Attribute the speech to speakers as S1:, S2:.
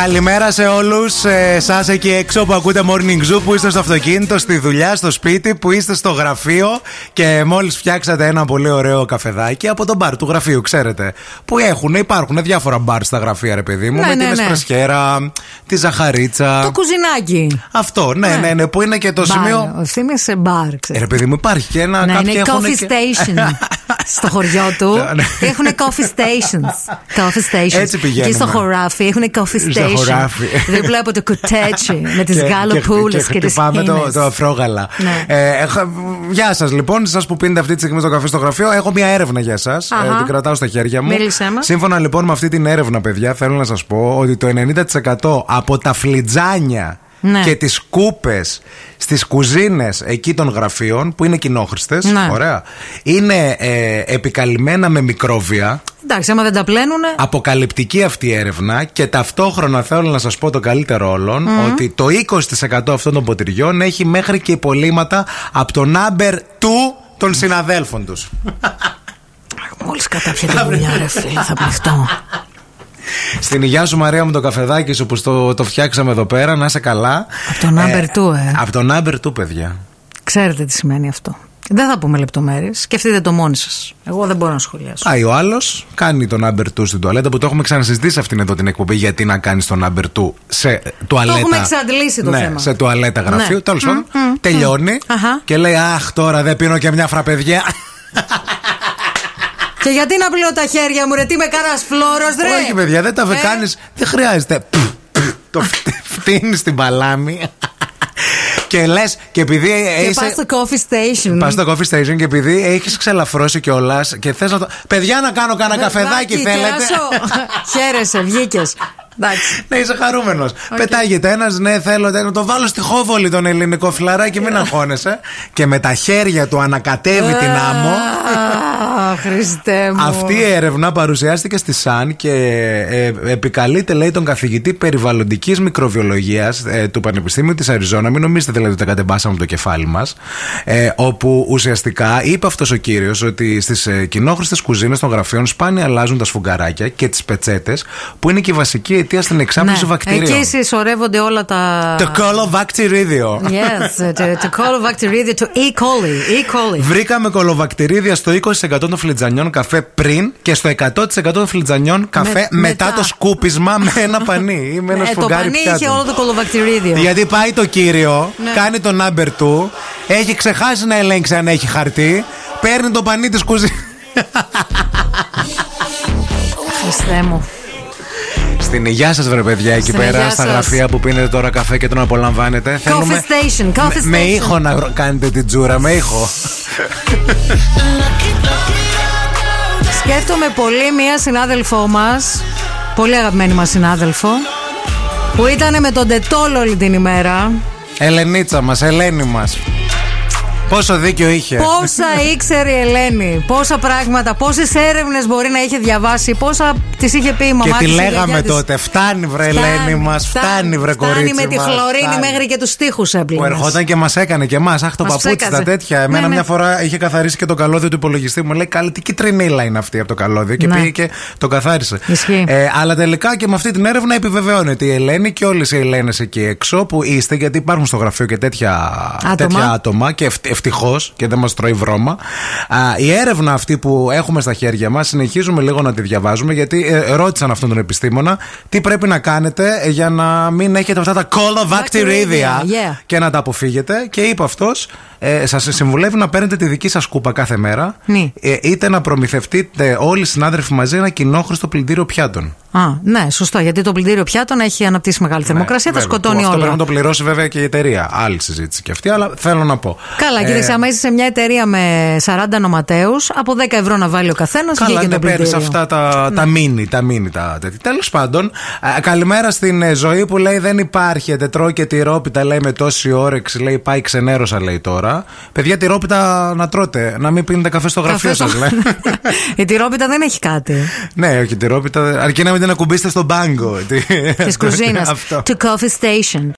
S1: Καλημέρα σε όλους εσάς εκεί έξω που ακούτε Morning Zoo, που είστε στο αυτοκίνητο, στη δουλειά, στο σπίτι, που είστε στο γραφείο και μόλις φτιάξατε ένα πολύ ωραίο καφεδάκι από τον μπαρ του γραφείου, ξέρετε. Που έχουν, υπάρχουν διάφορα μπαρ στα γραφεία, ρε παιδί μου,
S2: Ναι,
S1: με
S2: ναι,
S1: την
S2: ναι.
S1: εσπρεσιέρα, τη ζαχαρίτσα.
S2: Το κουζινάκι.
S1: Αυτό, ναι, ναι, ναι, που είναι και το σημείο.
S2: Μπαρ. Ο Θήμιο σε μπαρ,
S1: Ε,
S2: ξέρεις.
S1: Ρε παιδί μου, υπάρχει και ένα.
S2: Να
S1: κάποιοι
S2: Ναι, είναι
S1: έχουν
S2: coffee
S1: και-
S2: station στο χωριό του.
S1: Ναι.
S2: έχουν coffee stations. Coffee stations.
S1: Έτσι πηγαίνουμε.
S2: Και στο χωράφι έχουν coffee
S1: Στο
S2: station.
S1: χωράφι.
S2: Δίπλα από το κουτέτσι με τις
S1: Και-
S2: γαλοπούλε
S1: και
S2: και τις
S1: χτυπάμε το, το αφρόγαλα.
S2: Ναι.
S1: Ε, έχω- γεια σας, λοιπόν, σας που πίνετε αυτή τη στιγμή στο καφέ στο γραφείο, έχω μία έρευνα για εσά.
S2: Αχα.
S1: την κρατάω στα χέρια μου.
S2: Μίλησέ μας.
S1: Σύμφωνα λοιπόν με αυτή την έρευνα, παιδιά, θέλω να σας πω ότι το 90% από τα φλιτζάνια
S2: Ναι.
S1: και τις κούπες στις κουζίνες εκεί των γραφείων που είναι κοινόχρηστες
S2: Ναι.
S1: ωραία, είναι ε, επικαλυμμένα με μικρόβια
S2: Εντάξει, άμα δεν τα πλένουνε.
S1: Αποκαλυπτική αυτή η έρευνα και ταυτόχρονα θέλω να σας πω το καλύτερο όλων ότι το 20% αυτών των ποτηριών έχει μέχρι και υπολείμματα από το number 2 των συναδέλφων τους.
S2: Μόλις κατάπια τη δουλειά, ρε φίλε, θα πνιχτώ.
S1: Στην υγειά σου Μαρία μου το καφεδάκι σου που στο, το φτιάξαμε εδώ πέρα, να είσαι καλά.
S2: Από το number 2, ε.
S1: Από το number 2 παιδιά.
S2: Ξέρετε τι σημαίνει αυτό. Δεν θα πούμε λεπτομέρειες. Σκεφτείτε το μόνοι σας. Εγώ δεν μπορώ να σχολιάσω.
S1: Πάει ο άλλος, κάνει το number 2 στην τουαλέτα που το έχουμε ξανασυζητήσει αυτήν εδώ την εκπομπή. Γιατί να κάνει το number 2 σε τουαλέτα.
S2: έχουμε εξαντλήσει το
S1: ναι,
S2: θέμα.
S1: Σε τουαλέτα γραφείου.
S2: Ναι.
S1: Τέλο πάντων, τελειώνει
S2: Αχα.
S1: και λέει Αχ, τώρα δεν πίνω και μια φραπεδιά.
S2: Και γιατί να πλέω τα χέρια μου, ρε, τι με κάνας φλόρος, ρε.
S1: Όχι, παιδιά, δεν τα
S2: Ε.
S1: κάνεις. Δεν χρειάζεται. Πφ, πφ, Το φτύνει στην παλάμη. Και λες, και επειδή
S2: Και
S1: Ε, είσαι.
S2: πα στο coffee station.
S1: Πας στο coffee station και επειδή έχεις ξελαφρώσει κιόλας και θες να το. Παιδιά, να κάνω κανένα καφεδάκι,
S2: Βάκι,
S1: θέλετε.
S2: κεράσω. Χαίρεσαι, βγήκες. Εντάξει.
S1: Ναι, είσαι χαρούμενος. Πετάγεται ένας, ναι, θέλω τε- να το βάλω στη χόβολη τον ελληνικό φιλαράκι, μην αγχώνεσαι. και με τα χέρια του ανακατεύει την άμμο.
S2: Α, Χριστέ μου.
S1: Αυτή η έρευνα παρουσιάστηκε στη ΣΑΝ και ε, επικαλείται, λέει, τον καθηγητή περιβαλλοντικής μικροβιολογίας του Πανεπιστήμιου της Αριζόνα. Μην νομίζετε δηλαδή ότι τα κατεμπάσαμε από το κεφάλι μας. Ε, όπου ουσιαστικά είπε αυτός ο κύριος ότι στις ε, κοινόχρηστες κουζίνες των γραφείων σπάνια αλλάζουν τα σφουγγαράκια και τις πετσέτες, που είναι και η βασική αιτία στην εξάπλωση βακτηρίων.
S2: Ναι. Εκεί συσσωρεύονται όλα τα.
S1: Το κολοβακτηρίδιο.
S2: Yes, το, το colobacteria, το E. coli. E. coli.
S1: Βρήκαμε κολοβακτηρίδια στο 20% των φλιτζανιών καφέ πριν και στο 100% των φλιτζανιών καφέ
S2: Με-
S1: μετά,
S2: μετά.
S1: το σκούπισμα με ένα πανί ή με ένα
S2: Ε, το
S1: σφουγγάρι
S2: πανί
S1: πιάτο.
S2: είχε όλο το κολοβακτηρίδιο.
S1: Γιατί πάει το κύριο,
S2: Ναι.
S1: κάνει το number του, έχει ξεχάσει να ελέγξει αν έχει χαρτί, παίρνει το πανί της κουζίνας.
S2: Χριστέ μου.
S1: Στην υγεία σας, βρε παιδιά, εκεί
S2: Στην
S1: πέρα,
S2: υγεία
S1: στα
S2: σας.
S1: γραφεία που πίνετε τώρα καφέ και τον απολαμβάνετε. Θέλουμε
S2: station, coffee
S1: με- με
S2: station.
S1: ήχο να γρο- κάνετε την τζούρα, με ήχο.
S2: Σκέφτομαι πολύ μία συνάδελφό μας, πολύ αγαπημένη μας συνάδελφο, που ήταν με τον τετόλ όλη την ημέρα.
S1: Ελενίτσα μας, Ελένη μας. Πόσο δίκιο είχε.
S2: Πόσα ήξερε η Ελένη, πόσα πράγματα, πόσες έρευνες μπορεί να είχε διαβάσει, πόσα τη είχε πει η μαμά
S1: Και
S2: της,
S1: της
S2: η γιαγιά
S1: λέγαμε
S2: της.
S1: τότε, φτάνει βρε
S2: Φτάνει,
S1: Ελένη μας, φτάνει βρε κορίτσι.
S2: Φτάνει με τη
S1: μας,
S2: χλωρίνη
S1: φτάνει».
S2: μέχρι και τους τοίχου
S1: Που
S2: έπληνε.
S1: ερχόταν και μας έκανε και εμάς. Αχ, το
S2: Μας
S1: παπούτσι τα
S2: ψέκαζε.
S1: τέτοια.
S2: Ναι,
S1: Εμένα
S2: ναι.
S1: μια φορά είχε καθαρίσει και το καλώδιο του υπολογιστή μου. Λέει, καλή, τι κυτρινίλα είναι αυτή από το καλώδιο. Και
S2: Ναι.
S1: πήγε και το καθάρισε.
S2: Ισχύει.
S1: Ε, αλλά τελικά και με αυτή την έρευνα επιβεβαιώνεται η Ελένη και όλες οι Ελένες εκεί έξω που είστε, γιατί υπάρχουν στο γραφείο και τέτοια
S2: Άτομα.
S1: τέτοια άτομα και ευτυχώς και δεν μας τρώει βρώμα. Α, η έρευνα αυτή που έχουμε στα χέρια μας, συνεχίζουμε λίγο να τη διαβάζουμε, γιατί ε, ρώτησαν αυτόν τον επιστήμονα τι πρέπει να κάνετε ε, για να μην έχετε αυτά τα κολοβακτηρίδια
S2: Bacteria, yeah.
S1: και να τα αποφύγετε. Και είπε αυτός, ε, σας συμβουλεύει να παίρνετε τη δική σας κούπα κάθε μέρα,
S2: Ναι.
S1: ε, είτε να προμηθευτείτε όλοι οι συνάδελφοι μαζί ένα κοινόχρηστο πλυντήριο πιάτων.
S2: Α, ναι, σωστό. Γιατί το πλυντήριο πιάτων έχει αναπτύσσει μεγάλη θερμοκρασία, τα
S1: Ναι, Βέβαια, που
S2: σκοτώνει
S1: Αυτό
S2: όλα.
S1: πρέπει να το πληρώσει βέβαια και η εταιρεία. Άλλη συζήτηση και αυτή, αλλά θέλω να πω.
S2: Καλά,
S1: Ε,
S2: κοίταξε, άμα είσαι σε μια εταιρεία με 40 νοματέου, από 10 ευρώ να βάλει ο καθένας
S1: Καλά,
S2: βγήκε
S1: ναι,
S2: το
S1: παίρνεις
S2: πλυντήριο. Ναι.
S1: αυτά τα, τα μίνι, τα μίνι, τα τέτοια. Τέλος πάντων, α, καλημέρα στην ε, ζωή που λέει δεν υπάρχει ε, τετρό και τυρόπιτα, λέει με τόση όρεξη, λέει πάει ξενέρωσα, λέει τώρα. Παιδιά, τυρόπιτα να τρώτε, να μην πίνετε καφέ στο γραφείο
S2: Καφέ
S1: σα,
S2: στο-
S1: λέει.
S2: Η τυρόπιτα δεν έχει κάτι.
S1: ναι, όχι τυρόπιτα, αρκεί να μην την ακουμπήσετε στον μπάγκο. Τι-
S2: Της κουζίνας.
S1: Ε, ναι, Αυτό.
S2: To coffee station.